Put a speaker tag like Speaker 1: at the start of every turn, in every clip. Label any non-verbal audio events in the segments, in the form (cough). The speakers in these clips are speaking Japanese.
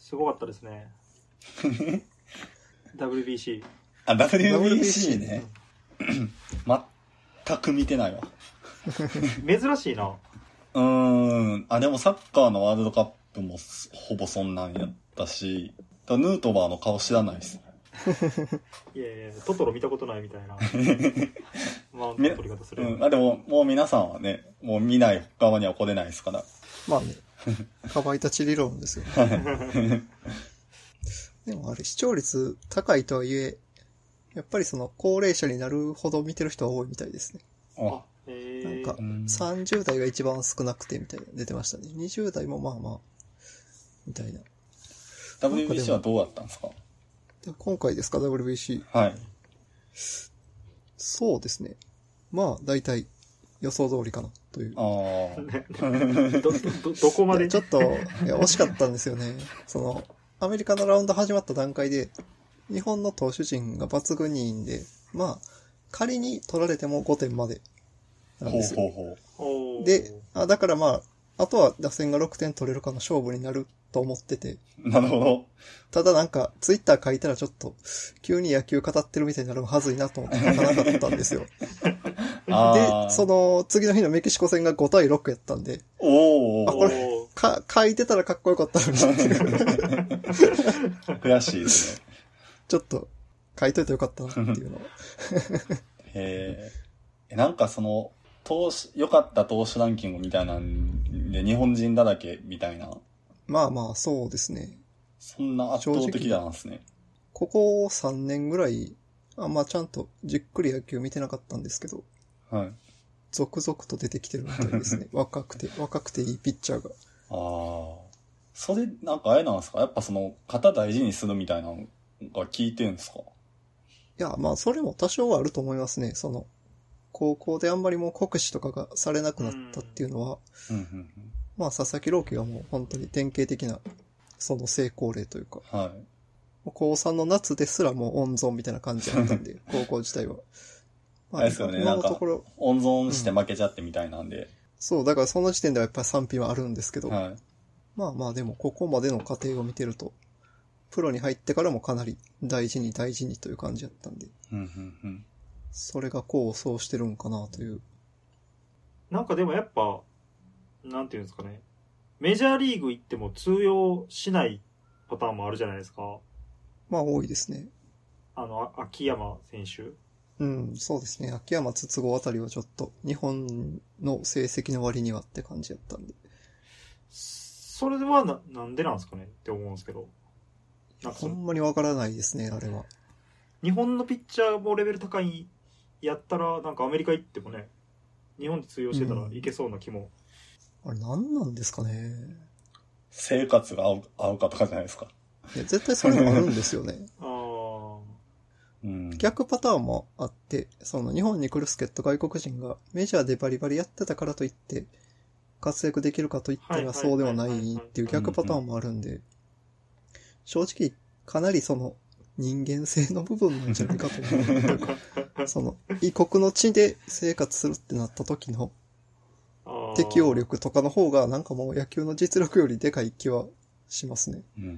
Speaker 1: すごかったですね WBC
Speaker 2: あ、WBC ね。全く見てないわ。
Speaker 1: 珍しいな
Speaker 2: うーん。あ、でもサッカーのワールドカップもすほぼそんなんやったし、だヌートバーの顔知らないです。
Speaker 1: いやいやトトロ見たことないみた
Speaker 3: (laughs)
Speaker 1: いなマウントの取り方す
Speaker 2: う
Speaker 1: る、
Speaker 2: ん。あ、でも、もう皆さんはね、もう見ない側には来れないですから。
Speaker 3: まあね、かまいたち理論ですよ。でもあれ、視聴率高いとはいえ、やっぱりその高齢者になるほど見てる人は多いみたいですね。
Speaker 2: あ、
Speaker 1: え
Speaker 3: なん
Speaker 1: ー
Speaker 3: か、
Speaker 2: うん
Speaker 3: 30代が一番少なくてみたいな出てましたね。20代もまあまあ、みたいな。なんかで
Speaker 2: WBC
Speaker 3: も
Speaker 2: はどうだったんですか
Speaker 3: で今回ですか、WBC。
Speaker 2: はい。
Speaker 3: そうですね。まあ、大体予想通りかな、という。
Speaker 2: ああ。
Speaker 1: どどどこま
Speaker 3: い
Speaker 1: で
Speaker 3: やちょっと、いや、惜しかったんですよね。その、アメリカのラウンド始まった段階で、日本の投手陣が抜群にいいんで、まあ、仮に取られても5点まで (laughs) なん
Speaker 2: ほう
Speaker 3: ですよ。
Speaker 2: ほうほ
Speaker 1: おー
Speaker 3: で、あ、だからまあ、あとは打線が6点取れるかの勝負になると思ってて、
Speaker 2: う。なるほど。
Speaker 3: ただなんか、ツイッター書いたらちょっと、急に野球語ってるみたいになるのはずいなと思って書かなかったんですよ。
Speaker 2: あ
Speaker 3: で、
Speaker 2: (laughs) あ。
Speaker 3: その、次の日のメキシコ戦が5対6やったんで、
Speaker 2: おー
Speaker 3: あこ
Speaker 2: お
Speaker 3: れ
Speaker 2: ー。
Speaker 1: おー
Speaker 3: か、書いてたらかっこよかったのにっていう
Speaker 2: (laughs) 悔しいですね。
Speaker 3: ちょっと書いといてよかったなって
Speaker 2: (laughs)
Speaker 3: いうのは。
Speaker 2: へーえ。なんかその、投手、良かった投手ランキングみたいなんで、日本人だらけみたいな。
Speaker 3: まあまあ、そうですね。
Speaker 2: そんな圧倒的なんですね。
Speaker 3: ここ3年ぐらい、あんまちゃんとじっくり野球見てなかったんですけど、
Speaker 2: はい。
Speaker 3: 続々と出てきてるみたいです
Speaker 2: (laughs)
Speaker 3: ね。若くて、若くていいピッチャーが。
Speaker 2: ああ。それ、なんかあれなんですかやっぱその、型大事にするみたいなのが聞いてんですか
Speaker 3: いや、まあ、それも多少はあると思いますね。その、高校であんまりもう酷使とかがされなくなったっていうのは、
Speaker 2: うんうん
Speaker 3: まあ、佐々木朗希がもう本当に典型的な、その成功例というか、
Speaker 2: うん。はい。
Speaker 3: もう高3の夏ですらもう温存みたいな感じだった
Speaker 2: (laughs)
Speaker 3: んで、高校自体は。ま
Speaker 2: あれですよねな
Speaker 3: 今の
Speaker 2: んか
Speaker 3: ところ、
Speaker 2: 温存して負けちゃってみたいなんで。
Speaker 3: そう、だからその時点ではやっぱり賛否はあるんですけど、
Speaker 2: はい。
Speaker 3: まあまあでもここまでの過程を見てると、プロに入ってからもかなり大事に大事にという感じだったんで、
Speaker 2: うんうんうん。
Speaker 3: それがこうそうしてるんかなという。
Speaker 1: なんかでもやっぱなんていうんですかねメジャーリーグ行っても通用しないパターンもあるじゃないですか
Speaker 3: まあ多いですね。
Speaker 1: あのあ秋山選手
Speaker 3: うん、そうですね。秋山筒子あたりはちょっと日本の成績の割にはって感じだったんで。
Speaker 1: それはななんでなんですかねって思うんですけどなんか
Speaker 3: ほ
Speaker 1: その
Speaker 3: んまにわからないですね、あれは。
Speaker 1: 日本のピッチャーもレベル高いやったらなんかアメリカ行ってもね日本で通用してたらいけそうな気も、
Speaker 3: あれ何なんですかね。
Speaker 2: 生活が合う合うかとかじゃないですか。
Speaker 3: いや、絶対それもあるんですよね。
Speaker 1: あ
Speaker 2: うん。
Speaker 3: 逆パターンもあって、その日本に来る助っ人外国人がメジャーでバリバリやってたからといって、活躍できるかといった
Speaker 1: はいは
Speaker 3: ら
Speaker 1: いはい
Speaker 3: そうではないっていう逆パターンもあるんで、正直かなりその人間性の部分なんじゃないかと思 (laughs) う。その異国の地で生活するってなった時の
Speaker 1: ーあー
Speaker 3: 適応力とかの方がなんかもう野球の実力よりでかい気はしますね。
Speaker 2: うんうん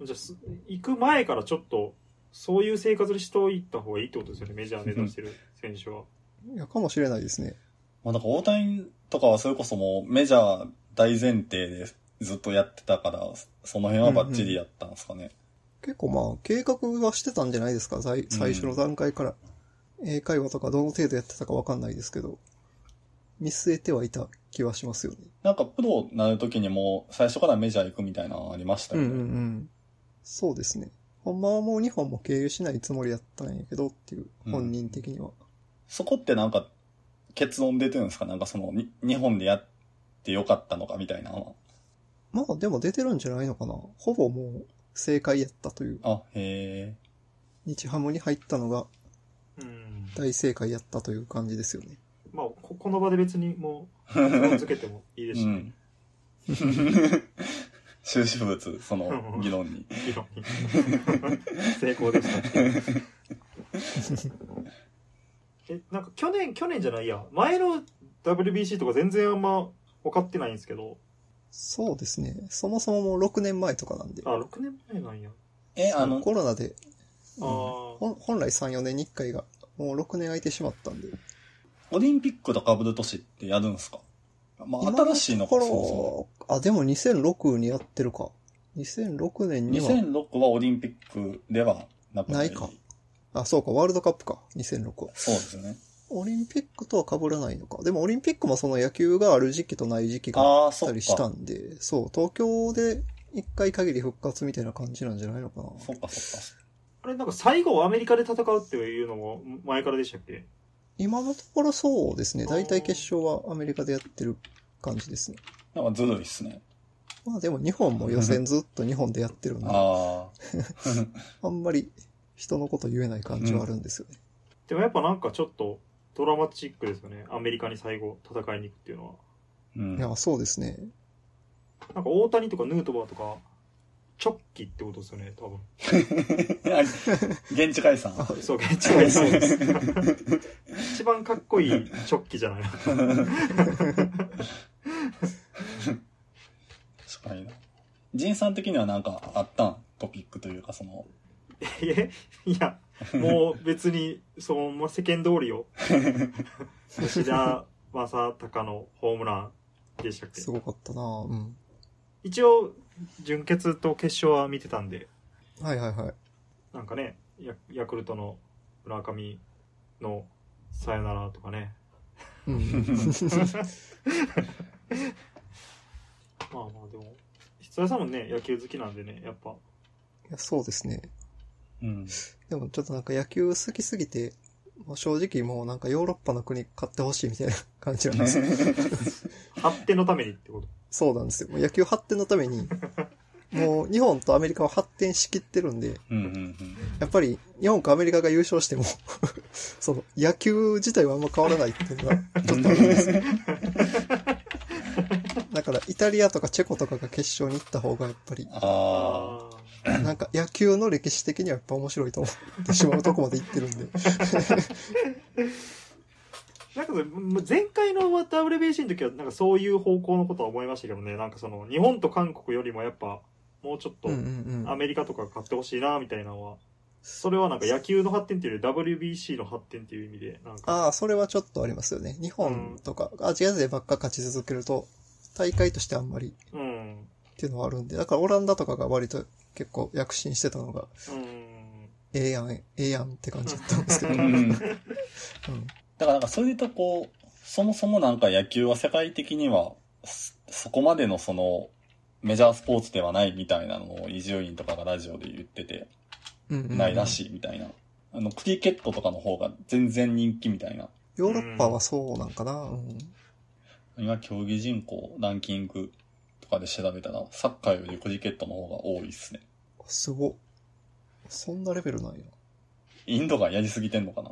Speaker 2: うん。
Speaker 1: じゃあす行く前からちょっとそういう生活にしておいた方がいいってことですよねメジャー目指してる選手は、
Speaker 3: いや、かもしれないですね。
Speaker 2: まあだから大谷とかはそれこそもうメジャー大前提でずっとやってたから、その辺はバッチリやったんですかね。
Speaker 3: 結構まあ、計画はしてたんじゃないですか、最最初の段階から。英会話とかどの程度やってたかわかんないですけど、見据えてはいた気はしますよね。
Speaker 2: なんかプロになる時にもう最初からメジャー行くみたいなのありました
Speaker 3: うん
Speaker 2: よ
Speaker 3: う
Speaker 2: ね。
Speaker 3: んうん。そうですね。ほんまはもう日本も経由しないつもりやったんやけどっていう、
Speaker 2: うん
Speaker 3: 本人的には。
Speaker 2: そこってなんか結論出てるんですかなんかそのに日本でやってよかったのかみたいな。
Speaker 3: まあでも出てるんじゃないのかな。ほぼもう正解やったという、
Speaker 2: あ、へえ。
Speaker 3: 日ハムに入ったのが
Speaker 1: うん
Speaker 3: 大正解やったという感じですよね。
Speaker 1: まあこ (laughs) この場で別にもう手をつけてもいいで
Speaker 2: う
Speaker 1: すし、ね
Speaker 2: ん。 (laughs) 終止符打つ、その議
Speaker 3: (laughs)
Speaker 2: 論に。
Speaker 1: 議論に (laughs) 成功でしたっていうえなんか去年去年じゃないや前の WBC とか全然あんま分かってないんですけど
Speaker 3: そうですね。そもそももう6年前とかなんで。
Speaker 1: あ、6年前なんや。
Speaker 2: え、あの、
Speaker 3: コロナで、
Speaker 1: あー
Speaker 3: ほん本来3、4年に1回が、もう6年空いてしまったんで。
Speaker 2: オリンピックとかぶる年ってやるんですかまあ、
Speaker 3: 今
Speaker 2: 新しいのか、
Speaker 3: ところ
Speaker 2: そうそう。
Speaker 3: あ、でも2006にやってるか。2006年には、
Speaker 2: 2006はオリンピックではなく
Speaker 3: ないかあ、そうか、ワールドカップか。2006は。
Speaker 2: そう
Speaker 3: (laughs)
Speaker 2: ですね。
Speaker 3: オリンピックとは被らないのか。でもオリンピックもその野球がある時期とない時期が
Speaker 2: ああ、
Speaker 3: あっ
Speaker 2: そ
Speaker 3: た
Speaker 2: っか。
Speaker 3: りし
Speaker 2: そ
Speaker 3: た
Speaker 2: っ
Speaker 3: んで、そう、東京で一回限り復活みたいな感じなんじゃないのかな。
Speaker 2: かそっか。
Speaker 1: あれ、なんか最後アメリカで戦うっていうのも前からでしたっけ
Speaker 3: 今のところそうですね。大体決勝はアメリカでやってる感じですね。
Speaker 2: なんかずるいっすね。
Speaker 3: まあでも日本も予選ずっと日本でやってるんで、あ
Speaker 2: ああ。
Speaker 3: (laughs) んまり人のこと言えない感じはあるんですよね。
Speaker 1: でもやっぱなんかちょっとドラマチックですよね。アメリカに最後戦いに行くっていうのは。
Speaker 2: うん
Speaker 3: い。や、そうですね。
Speaker 1: なんか大谷とかヌートバーとか、チョッキってことですよね、多分。
Speaker 2: (laughs) 現地解散。
Speaker 1: そう、現地でそうです。一番かっこいいチョッキじゃない (laughs)
Speaker 2: 確かにな。仁さん的にはなんかあったんトピックというか、そ
Speaker 3: (laughs)
Speaker 2: の、
Speaker 1: えいや、もう別に、そのまあ世間通りを。吉田正尚のホームランでしたっけ
Speaker 3: すごかったなうん。
Speaker 1: 一応、準決と決勝は見てたんで、
Speaker 3: はいはいはい。
Speaker 1: なんかね、ヤヤクルトの村上のさよならとかね。
Speaker 2: (laughs)
Speaker 3: うん。
Speaker 1: まあまあでも、筆田さんもね、野球好きなんでね、やっぱ。
Speaker 3: いやそうですね。
Speaker 2: うん。
Speaker 3: でもちょっとなんか野球好きすぎて、もう正直もうなんかヨーロッパの国買ってほしいみたいな感じなんですよ。
Speaker 1: 発展のためにってこと。
Speaker 3: そうなんですよ。もう野球発展のために、もう日本とアメリカは発展しきってるんで、
Speaker 2: うんうんうん。
Speaker 3: やっぱり日本かアメリカが優勝しても、 (laughs) その野球自体はあんま変わらないっていうのがちょっとあるんです (laughs) よ。だからイタリアとかチェコとかが決勝に行った方がやっぱり、
Speaker 2: ああ。
Speaker 1: あー。
Speaker 3: なんか野球の歴史的にはやっぱ面白いと思ってしまうとこまで行ってるんで。
Speaker 1: なんかそれもう前回の WBC の時はなんかそういう方向のことは思いましたけどねなんかその日本と韓国よりもやっぱもうちょっと
Speaker 3: うんうんう
Speaker 1: ア
Speaker 3: ん。
Speaker 1: メリカとか勝ってほしいなみたいなのはそれはなんか野球の発展っていうより WBC の発展っていう意味でなんか
Speaker 3: ああ、それはちょっとありますよね。日本とかアジア勢ばっか勝ち続けると、大会としてあんまり
Speaker 1: うん
Speaker 3: っていうのはあるんで、だからオランダとかが割と結構躍進してたのが、
Speaker 1: うん
Speaker 3: ええやん、ええやんって感じだったんですけど、
Speaker 2: う。
Speaker 3: うん
Speaker 2: (laughs) だ
Speaker 3: (laughs) ん
Speaker 2: からなんかそれとこう、そもそもなんか野球は世界的には、そそこまでのその、メジャースポーツではないみたいなのを伊集院とかがラジオで言ってて、
Speaker 3: うんうん
Speaker 2: ないらしいみたいな。あの、クリケットとかの方が全然人気みたいな。
Speaker 3: ヨーロッパはそうなんかな、うん
Speaker 2: 今、競技人口、ランキングとかで調べたら、サッカーよりクリケットの方が多いっすね。
Speaker 3: すごっ。そんなレベルないな。
Speaker 2: インドがやりすぎてんのかな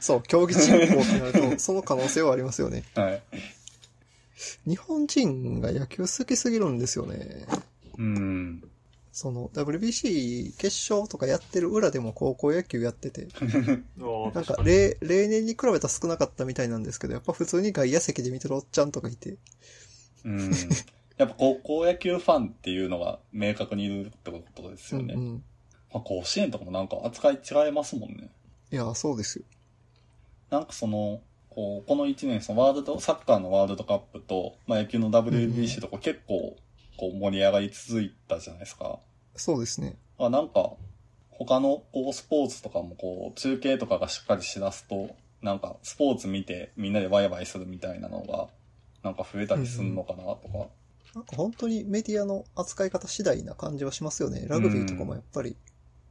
Speaker 3: そう、競技人口ってな
Speaker 2: (laughs)
Speaker 3: ると、その可能性はありますよね。
Speaker 2: はい。
Speaker 3: 日本人が野球好きすぎるんですよね。
Speaker 2: うん。
Speaker 3: その WBC 決勝とかやってる裏でも高校野球やってて、
Speaker 1: お
Speaker 3: なん
Speaker 1: 確
Speaker 3: か
Speaker 1: かに
Speaker 3: 例例年に比べたら少なかったみたいなんですけど、やっぱ普通に外野席で見てるおっちゃんとかいて、
Speaker 2: うん。やっぱ高校野球ファンっていうのが明確にいるってことですよね。
Speaker 3: うんうん。
Speaker 2: まあ、甲子園とかもなんか扱い違いますもんね。
Speaker 3: いや、そうですよ。
Speaker 2: なんかその、こうこの1年、そのワールド、サッカーのワールドカップと、まあ野球の WBC とか結構、こう盛り上がり続いたじゃないですか。
Speaker 3: そうですね。
Speaker 2: あなんか、他のこうスポーツとかもこう、中継とかがしっかりしだすと、なんかスポーツ見てみんなでワイワイするみたいなのが、なんか増えたりするのかなとか。
Speaker 3: なんか本当にメディアの扱い方次第な感じはしますよね。ラグビーとかもやっぱり。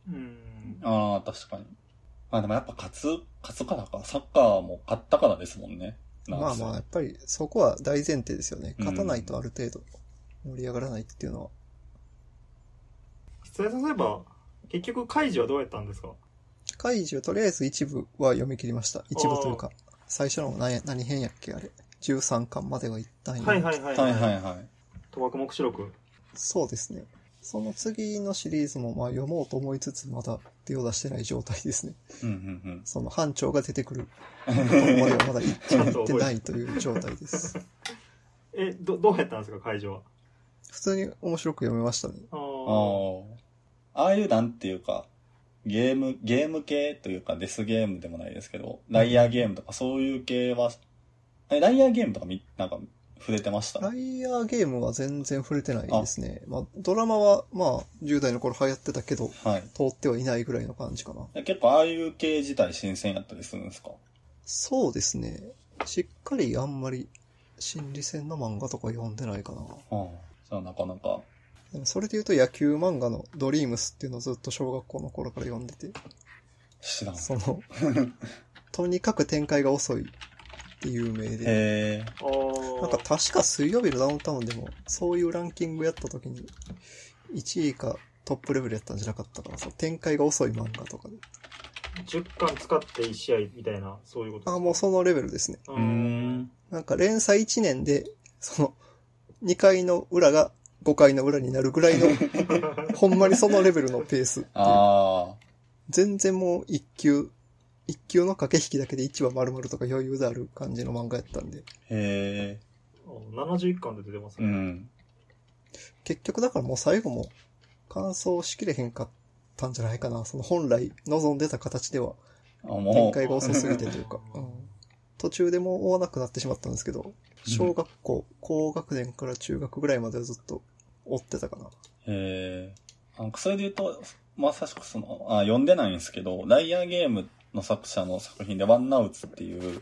Speaker 1: うん
Speaker 2: ああ、確かに。まあでもやっぱ勝つ、勝つからか、サッカーも勝ったからですもんね。なん
Speaker 3: まあ
Speaker 2: せ
Speaker 3: まあ、やっぱりそこは大前提ですよね。
Speaker 2: うん
Speaker 3: 勝たないとある程度盛り上がらないっていうのは。
Speaker 1: 実際例えば結局開示はどうやったんですか
Speaker 3: 怪獣とりあえず一部は読み切りました。一部というか、最初の何何編やっけあれ。13巻までは一旦読
Speaker 1: はい
Speaker 3: み
Speaker 1: はいはい
Speaker 2: はいはい
Speaker 1: い
Speaker 2: はい。
Speaker 1: 賭博目視録
Speaker 3: そうですね。その次のシリーズもまあ読もうと思いつつまだ手を出してない状態ですね。
Speaker 2: うんうん
Speaker 3: その班長が出てくるところまではまだ行っ
Speaker 1: ちゃんと
Speaker 3: て
Speaker 1: 覚え
Speaker 3: な
Speaker 1: て
Speaker 3: いという状態です。
Speaker 1: え、ど、どうやったんですか、会場は。
Speaker 3: 普通に面白く読めましたね。
Speaker 1: あー
Speaker 2: ああ。ああいうなんていうか、ゲーム、ゲーム系というかデスゲームでもないですけど、ライアーゲームとかそういう系は、え、ライアーゲームとかみ、なんか触れてました
Speaker 3: ライアーゲームは全然触れてないですね。まあ、ドラマは、まあ、10代の頃流行ってたけど、
Speaker 2: はい。
Speaker 3: 通ってはいないぐらいの感じかな。
Speaker 2: え結構ああいう系自体新鮮やったりするんですか
Speaker 3: そうですね。しっかりあんまり心理戦の漫画とか読んでないかな。
Speaker 2: ああ。じゃあなかなか。
Speaker 3: でもそれで言うと野球漫画のドリームスっていうのをずっと小学校の頃から読んでて、
Speaker 2: 知らん。へ
Speaker 3: その、とにかく展開が遅いって有名で、
Speaker 2: え。
Speaker 1: あー。
Speaker 3: なんか確か水曜日のダウンタウンでもそういうランキングやった時に1位かトップレベルやったんじゃなかったかな。その展開が遅い漫画とかで。
Speaker 1: 10巻使って1試合みたいな、そういうこと
Speaker 3: あ、もうそのレベルですね。
Speaker 1: う
Speaker 2: うーん。
Speaker 3: なんか連載1年で、その、2回の裏が5回の裏になるぐらいの、ほんまにそのレベルのペースってい
Speaker 2: (laughs)
Speaker 3: う。
Speaker 2: ああ。
Speaker 3: 全然もう1級、1級の駆け引きだけで1話丸々とか余裕である感じの漫画やったんで、
Speaker 2: へえ。
Speaker 1: (laughs) 71巻で出てます
Speaker 2: う
Speaker 1: ね。
Speaker 2: ん。
Speaker 3: 結局だからもう最後も完走しきれへんかったんじゃないかな。その本来望んでた形では
Speaker 2: あも
Speaker 3: 展
Speaker 2: う、
Speaker 3: 開が遅すぎてというか、うん途中でもう追わなくなってしまったんですけど、小学校、高学年から中学ぐらいまではずっと追ってたかな。
Speaker 2: ええ。なんかそれで言うと、まさしくその、あ、読んでないんですけど、ライアーゲームの作者の作品でワンナウツっていう、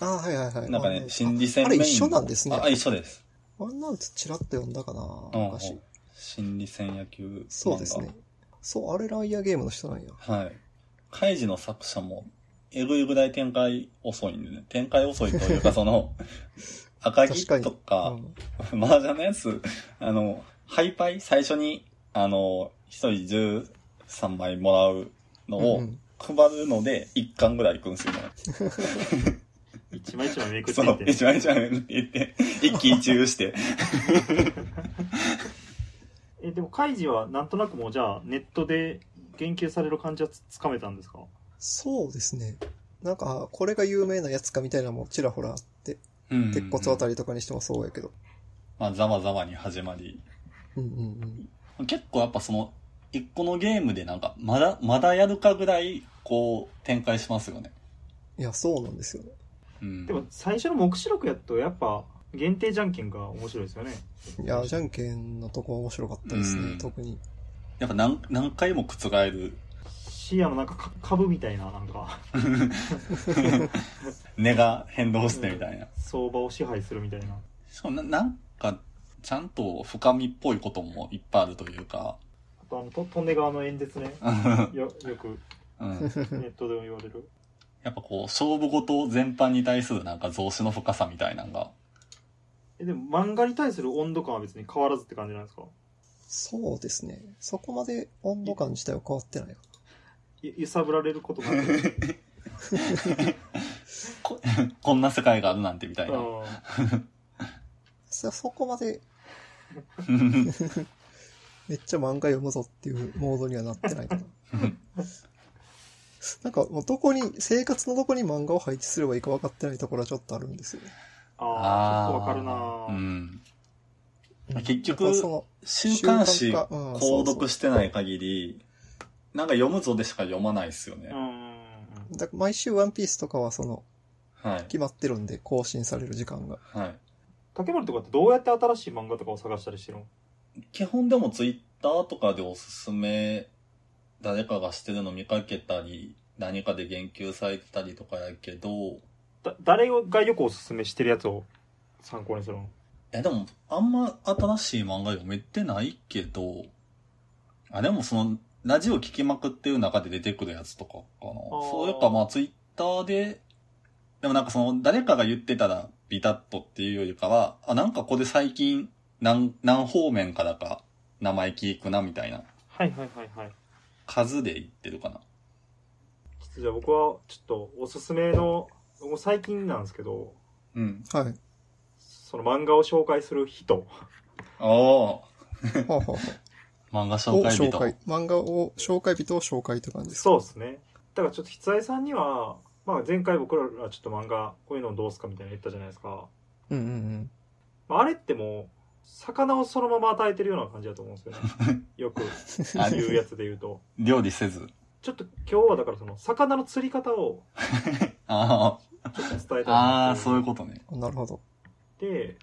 Speaker 3: ああ、はいはいはい。
Speaker 2: なんか
Speaker 3: あ
Speaker 2: ね
Speaker 3: の、
Speaker 2: 心理戦
Speaker 3: あ
Speaker 2: メ
Speaker 3: れ
Speaker 2: インの
Speaker 3: 一緒なんですね
Speaker 2: あ、。一緒です。
Speaker 3: ワンナウツチラッと読んだかな、
Speaker 2: うん
Speaker 3: 昔。
Speaker 2: 心理戦野球漫画。
Speaker 3: そうですね。そう、あれライアーゲームの人なんや。
Speaker 2: はい。カイジの作者も、えぐいぐらい展開遅いんでね。展開遅いというか、そ
Speaker 3: (laughs)
Speaker 2: の、赤木と
Speaker 3: 確
Speaker 2: か
Speaker 3: う、ん
Speaker 2: 麻雀のやつ、あの、ハイパイ、最初に、あの、一人13枚もらうの
Speaker 3: う
Speaker 2: を
Speaker 3: ん
Speaker 2: 配るので、1巻ぐらいいくん
Speaker 1: (laughs)
Speaker 2: ですよね。
Speaker 1: 一枚一枚めくって
Speaker 2: そう
Speaker 1: いっ、て。
Speaker 2: 一枚一枚めくっていって、一喜一憂して。
Speaker 1: え、でも、カイジはなんとなくもうじゃあ、ネットで言及される感じはつつかめたんですか
Speaker 3: そうですね。なんか、あこれが有名なやつかみたいなのもちらほらあって、
Speaker 2: うん
Speaker 3: 鉄骨あた
Speaker 2: り。
Speaker 3: りとかにしてもそうやけど。
Speaker 2: まあ、ざわざわに始まり。
Speaker 3: うんうんうん。
Speaker 2: 結構やっぱその、一個のゲームでなんか、まだ、まだやるかぐらい、こう、展開しますよね。
Speaker 3: いや、そうなんですよね。
Speaker 2: うん
Speaker 1: でも、最初の目視録やと、やっぱ、限定じゃんけんが面白いですよね。
Speaker 3: いや、じゃんけんのとこ面白かったです
Speaker 2: う
Speaker 3: ね
Speaker 2: ん、
Speaker 3: 特に。
Speaker 2: やっぱ何何回も覆る、
Speaker 1: 視野のなんかか株みたいな、なんか、
Speaker 2: 根が変動してみたいな。
Speaker 1: 相場を支配するみたいな。
Speaker 2: しかもななんか、ちゃんと深みっぽいこともいっぱいあるという
Speaker 1: (laughs)
Speaker 2: か、
Speaker 1: あと、あの、とトンネ側の演説ね。よ、よく、
Speaker 2: うん、
Speaker 1: ネットでも言われる。 (laughs)
Speaker 2: やっぱこう、勝負事全般に対するなんか増資の深さみたいなのが、
Speaker 1: え、でも、漫画に対する温度感は別に変わらずって感じなんですか
Speaker 3: そうですね。そこまで温度感自体は変わってないか
Speaker 1: ゆ揺さぶられることなく。
Speaker 2: (laughs) ここんな世界があるなんてみたいな。
Speaker 1: あー
Speaker 3: そそこまで
Speaker 2: (laughs)
Speaker 3: めっちゃ漫画読むぞっていうモードにはなって
Speaker 2: (laughs)
Speaker 3: ないかな。なんかもうどこに、生活のどこに漫画を配置すればいいか分かってないところはちょっとあるんですよね。
Speaker 1: あー、ちょっとわかるな
Speaker 2: う
Speaker 1: ぁ
Speaker 2: ん。結局
Speaker 3: やっぱその
Speaker 2: 週刊誌
Speaker 3: 週刊かうん
Speaker 2: 購読してない限り、なんか読むぞでしか読まないですよね。
Speaker 1: うんうんうん。
Speaker 3: だから毎週ワンピースとかはその
Speaker 2: はい。
Speaker 3: 決まってるんで更新される時間が。
Speaker 2: はい。
Speaker 1: 竹森とかってどうやって新しい漫画とかを探したりしてるの
Speaker 2: 基本でもツイッターとかでおすすめ、誰かがしてるの見かけたり、何かで言及されてたりとかやけど、い
Speaker 1: だ誰がよくおすすめしてるやつを参考にするの
Speaker 2: やでも、あんま新しい漫画読めてないけど、あ、でもその、ラジオ聞きまくってる中で出てくるやつとかかな。
Speaker 1: ー
Speaker 2: そういうか、まあツイッターで、でもなんかその、誰かが言ってたらビタッとっていうよりかは、あ、なんかここで最近、何、何方面からか名前聞くなみたいな
Speaker 1: はいはいはいはい。
Speaker 2: 数で言ってるかな。
Speaker 1: ちょっとじゃあ僕はちょっとおすすめの、もう最近なんですけど、
Speaker 2: うん。 (laughs)
Speaker 3: はい。
Speaker 1: その漫画を紹介する人。
Speaker 2: お
Speaker 3: ほうほうほう
Speaker 2: お漫画
Speaker 3: を
Speaker 2: 紹介
Speaker 3: 紹
Speaker 2: 人。
Speaker 3: 介。漫画を紹介人を紹介って感じです。
Speaker 1: そうですね。だからちょっと筆愛さんには、まあ前回僕らはちょっと漫画、こういうのをどうすかみたいなの言ったじゃないですか。
Speaker 3: うんうん
Speaker 1: まあ、あれってもう、魚をそのまま与えてるような感じだと思うんですよね。よく
Speaker 2: あ
Speaker 1: 言うやつで言うと。
Speaker 2: 料理せず。
Speaker 1: ちょっと今日はだからその、魚の釣り方を
Speaker 2: あ
Speaker 1: ちょっと伝えたい
Speaker 2: あ、あ
Speaker 1: な
Speaker 2: あ、
Speaker 1: って
Speaker 2: そういうことね。
Speaker 3: (laughs) なるほど。
Speaker 1: で、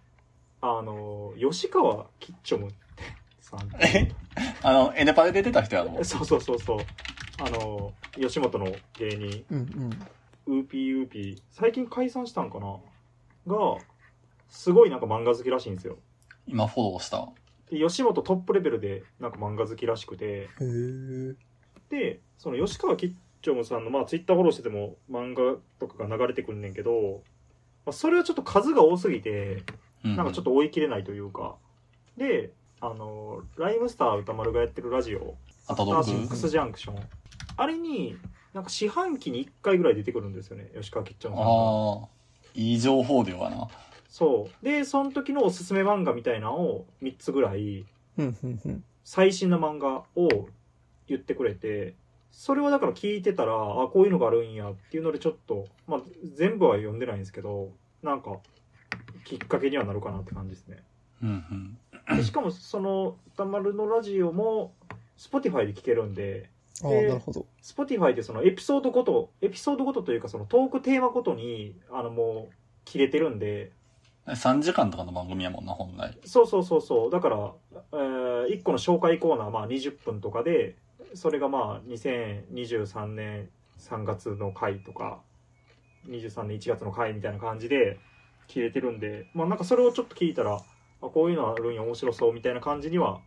Speaker 1: あの、吉川キッチョムさん。
Speaker 2: えあの、エネパで出てた人やろ。
Speaker 1: そうそうそうそう。あの、吉本の芸人、
Speaker 3: うんうん。
Speaker 1: ウーピーウーピー、最近解散したんかなが、すごいなんか漫画好きらしいんですよ。
Speaker 2: 今フォローした。
Speaker 1: で吉本トップレベルでなんか漫画好きらしくて、
Speaker 3: へえ。
Speaker 1: で、その吉川吉兆さんの、まあツイッターフォローしてても漫画とかが流れてくんねんけど、まあ、それはちょっと数が多すぎて、
Speaker 2: うん。
Speaker 1: なんかちょっと追い切れないというか。で、あの、ライムスター歌丸がやってるラジオ、
Speaker 2: あと
Speaker 1: ア
Speaker 2: ど
Speaker 1: フターシックスジャンクション。あれに、なんか四半期に1回ぐらい出てくるんですよね、吉川吉兆さんが。
Speaker 2: ああ、いい情報量やな。
Speaker 1: そう。で、その時のおすすめ漫画みたいなのを3つぐらい、
Speaker 3: うんうんうん。
Speaker 1: 最新の漫画を言ってくれて、それはだから聞いてたら、あ、こういうのがあるんやっていうのでちょっと、まあ全部は読んでないんですけど、なんか、きっかけにはなるかなって感じですね。
Speaker 2: うんうん。
Speaker 1: でしかもその歌丸のラジオも Spotify で聴けるんで
Speaker 3: ああ、
Speaker 1: で
Speaker 3: なるほど。
Speaker 1: Spotify でそのエピソードごとエピソードごとというかそのトークテーマごとにあのもう切れてるんで
Speaker 2: 3時間とかの番組やもんな、本来。
Speaker 1: そうそうそうそうだから、え1個の紹介コーナー、まあ、20分とかでそれがまあ2023年3月の回とか23年1月の回みたいな感じで切れてるんで、まあ、なんかそれをちょっと聞いたらあこういうのあるんや面白そうみたいな感じには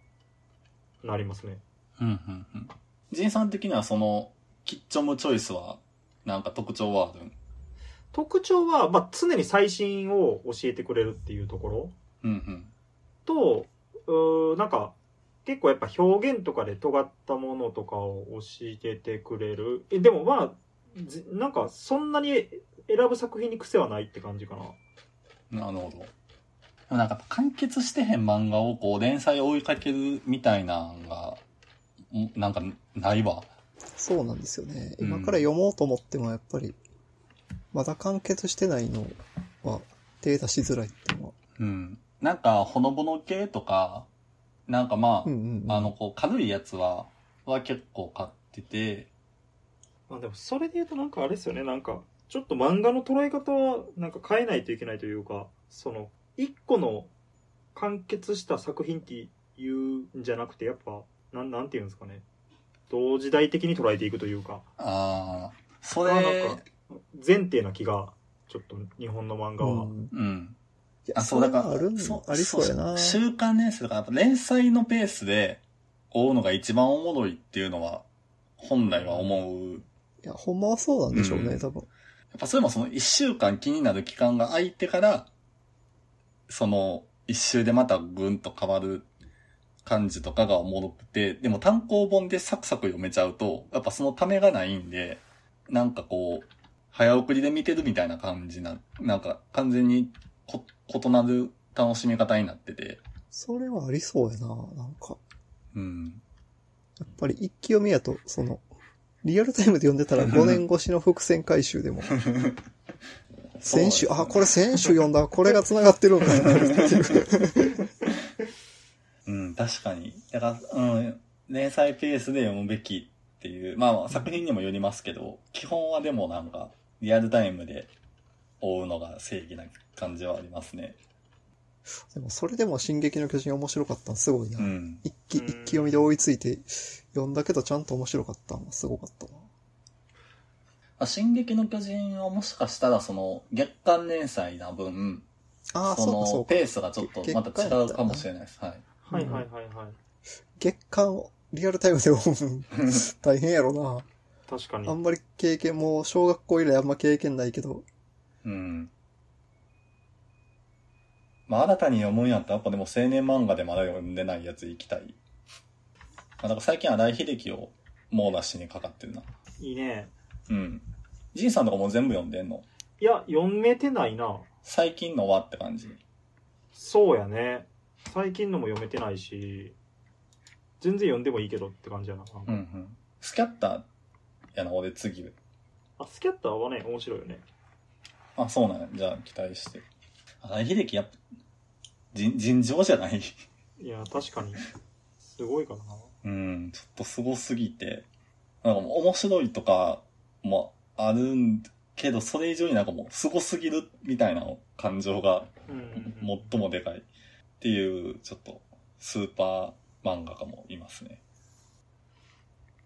Speaker 1: なりますね。
Speaker 2: うんうんうん。ジンさん的にはその、キッチョムチョイスは、なんか特徴はあるん
Speaker 1: 特徴は、まあ、常に最新を教えてくれるっていうところ
Speaker 2: うん
Speaker 1: とうーなんか結構やっぱ表現とかで尖ったものとかを教えてくれるえでもまあずなんかそんなに選ぶ作品に癖はないって感じかな
Speaker 2: うん。なるほど。でもなんか完結してへん漫画をこう連載追いかけるみたいなんが、んなんかないわ。
Speaker 3: そうなんですよね。
Speaker 2: うん
Speaker 3: 今から読もうと思ってもやっぱり、まだ完結してないのは手出しづらいっていうのは。
Speaker 2: うん。なんか、ほのぼの系とか、なんかまあ、
Speaker 3: うんうん、うん。
Speaker 2: あの、こう、軽いやつは、は結構買ってて、
Speaker 1: まあでもそれで言うとなんかあれですよねなんかちょっと漫画の捉え方はなんか変えないといけないというかその一個の完結した作品っていうんじゃなくてやっぱなんなんていうんですかね同時代的に捉えていくというか
Speaker 2: ああ、そ
Speaker 1: これはな
Speaker 2: れ、
Speaker 1: んか前提な気がちょっと日本の漫画は、
Speaker 3: うん、
Speaker 2: うん。
Speaker 3: いや
Speaker 2: あ、そう、だから、
Speaker 3: れはあるん
Speaker 2: そう
Speaker 3: ありそうやな。
Speaker 2: 週刊連載だから、やっぱ連載のペースで追うのが一番おもろいっていうのは、本来は思う。
Speaker 3: いや、ほんまはそうなんでしょうね、
Speaker 2: うん
Speaker 3: 多分。
Speaker 2: やっぱそれもその一週間気になる期間が空いてから、その一周でまたぐんと変わる感じとかがおもろくて、でも単行本でサクサク読めちゃうと、やっぱそのためがないんで、なんかこう、早送りで見てるみたいな感じな、なんか完全にこ異なる楽しみ方になってて、
Speaker 3: それはありそうやな、なんか。
Speaker 2: うん。
Speaker 3: やっぱり一気読みやと、その、リアルタイムで読んで
Speaker 2: (laughs)
Speaker 3: たら5年越しの伏線回収でも、先週、あ、これ先週読んだ、これが繋がってるんだってな
Speaker 2: (laughs)
Speaker 3: るっていう。
Speaker 2: うん、確かに。だから、うん、連載ペースで読むべきっていう、まあまあ作品にもよりますけど、基本はでもなんか、リアルタイムで追うのが正義な感じはありますね。
Speaker 3: でもそれでも進撃の巨人面白かったのすごいな。
Speaker 2: うん。
Speaker 3: 一気、一気読みで追いついて、読んだけどちゃんと面白かったのはすごかったな。
Speaker 2: まあ、進撃の巨人はもしかしたらその月間連載な分、
Speaker 3: ああ、
Speaker 2: そ
Speaker 3: そうかそう
Speaker 2: の
Speaker 3: か。
Speaker 2: ペースがちょっとまた違うかもしれないです。 (laughs) はい。
Speaker 1: はいはいはいはい
Speaker 3: 月間をリアルタイムで読む。大変やろ
Speaker 1: 確かに
Speaker 3: な。あんまり経験、もう小学校以来あんま経験ないけど、
Speaker 2: うん。まあ、新たに読むんやったら、やっぱでも青年漫画でまだ読んでないやつ行きたい。まあ、だから最近新井秀樹を網羅しにかかってるな。
Speaker 1: いいね
Speaker 2: うん。じいさんとかもう全部読んでんの
Speaker 1: いや読めてないな
Speaker 2: 最近のはって感じ。
Speaker 1: そうやね最近のも読めてないし全然読んでもいいけどって感じやな、
Speaker 2: うんうん。スキャッターやな、俺次。
Speaker 1: あスキャッターはね面白いよね
Speaker 2: あ、そうなんや。じゃあ期待して。新井秀樹やっぱ、尋尋常じゃない。
Speaker 1: いや、確かに。すごいかな。
Speaker 2: うん、ちょっとすごすぎて、なんかもう面白いとかもあるんけど、それ以上になんかもうすごすぎるみたいな感情が
Speaker 1: うん。
Speaker 2: 最もでかいっていう、ちょっとスーパー漫画家もいます (laughs) ね。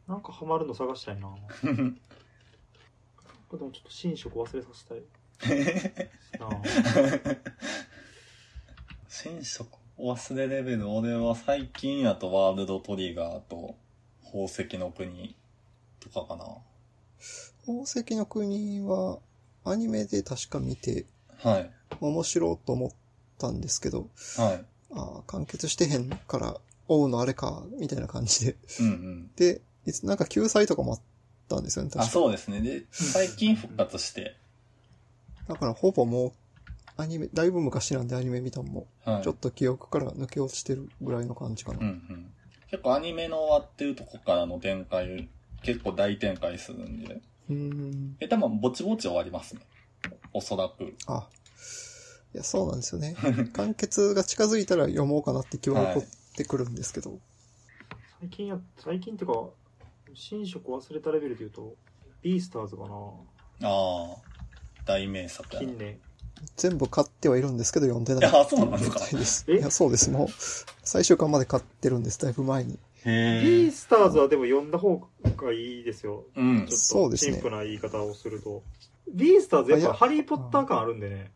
Speaker 1: なんかハマるの探したい
Speaker 2: (laughs)
Speaker 1: な。でもちょっと寝食忘れさせたい。なあ
Speaker 2: 新色お忘れレベル、俺は最近やとワールドトリガーと宝石の国とかかな。
Speaker 3: 宝石の国は、アニメで確か見て、
Speaker 2: はい。
Speaker 3: 面白いと思ったんですけど、
Speaker 2: はい。
Speaker 3: ああ、完結してへんから、追うのあれか、みたいな感じで。
Speaker 2: うんうん。
Speaker 3: で、いつ、なんか救済とかもあったんですよね、
Speaker 2: あ、
Speaker 3: 確か。
Speaker 2: そうですね。で、最近復活して、
Speaker 3: だからほぼもう、アニメ、だいぶ昔なんでアニメ見たのも、
Speaker 2: はい。
Speaker 3: ちょっと記憶から抜け落ちてるぐらいの感じかな。
Speaker 2: うんうん。結構アニメの終わってるとこからの展開、結構大展開するんで、
Speaker 3: うーん。
Speaker 2: え、多分ぼちぼち終わりますね。おそらく。
Speaker 3: あ、いや、そうなんですよね。 (laughs) 完結が近づいたら読もうかなって気は起こってくるんですけど。
Speaker 1: 最近や、最近ってか、寝食忘れたレベルで言うと、ビースターズかな。
Speaker 2: ああ、大名作やな
Speaker 1: 近年。
Speaker 3: 全部買ってはいるんですけど、読んでない。
Speaker 2: あそうなんです
Speaker 3: (laughs)
Speaker 2: か
Speaker 3: す
Speaker 1: え
Speaker 3: いや、そうです。もう、最終巻まで買ってるんです。だいぶ前に。
Speaker 2: へ
Speaker 1: ビ
Speaker 2: え
Speaker 1: ー。スターズはでも読んだ方がいいですよ。
Speaker 2: うん
Speaker 1: ち。
Speaker 3: そ
Speaker 1: ょっ
Speaker 3: う
Speaker 1: と
Speaker 3: です
Speaker 1: シ
Speaker 3: ね
Speaker 1: ンプルな言い方をすると。ビースターズやっ
Speaker 3: あいや
Speaker 1: ぱハリー・ポッター感あるんでね。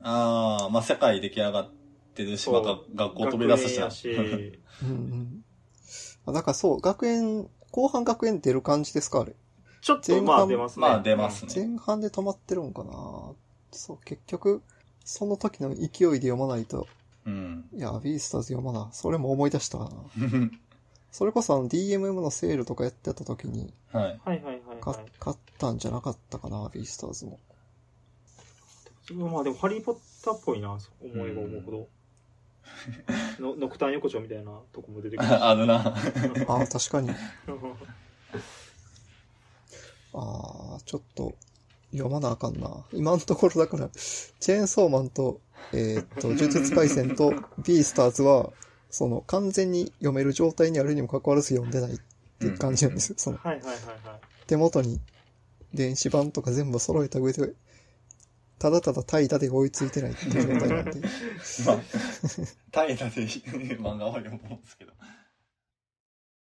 Speaker 2: ああ、まあ、世界出来上がってるし、
Speaker 1: そ
Speaker 2: ま
Speaker 1: う
Speaker 2: た学校飛び出す
Speaker 1: 学園
Speaker 2: しな。
Speaker 1: やし。
Speaker 3: うんうんあ。だからそう、学園、後半学園出る感じですか、あれ。
Speaker 1: ちょっとまあ出ますね。
Speaker 2: まあ出ますね。
Speaker 3: 前半で止まってるんかなそう、結局、その時の勢いで読まないと、
Speaker 2: うん。 (laughs)
Speaker 3: いや、ビースターズ読まな。それも思い出したな。それこそあの DMM のセールとかやってた時に、
Speaker 2: はい。 (laughs)
Speaker 1: はいはいはい、
Speaker 3: か
Speaker 1: はい。
Speaker 3: 買ったんじゃなかったかな、ビースターズも。
Speaker 1: まあでも、ハリー・ポッターっぽいな、そう思えば思うほど。のノクターン横丁みたいなとこも出てくるし。
Speaker 2: (laughs) あるな。
Speaker 3: ああ、確かに。ああ、ちょっと、読まなあかんな。今のところだから、チェーンソーマンと、えーっと、呪術廻戦と、ビースターズは、その、完全に読める状態にあるにもかかわらず読んでないっていう感じなんですよ。その、
Speaker 1: はいはいはいはい。
Speaker 3: 手元に、電子版とか全部揃えた上で、ただただ怠惰で追いついてないっていう状態なんで。
Speaker 2: まあ、怠惰で漫画は読むんですけど。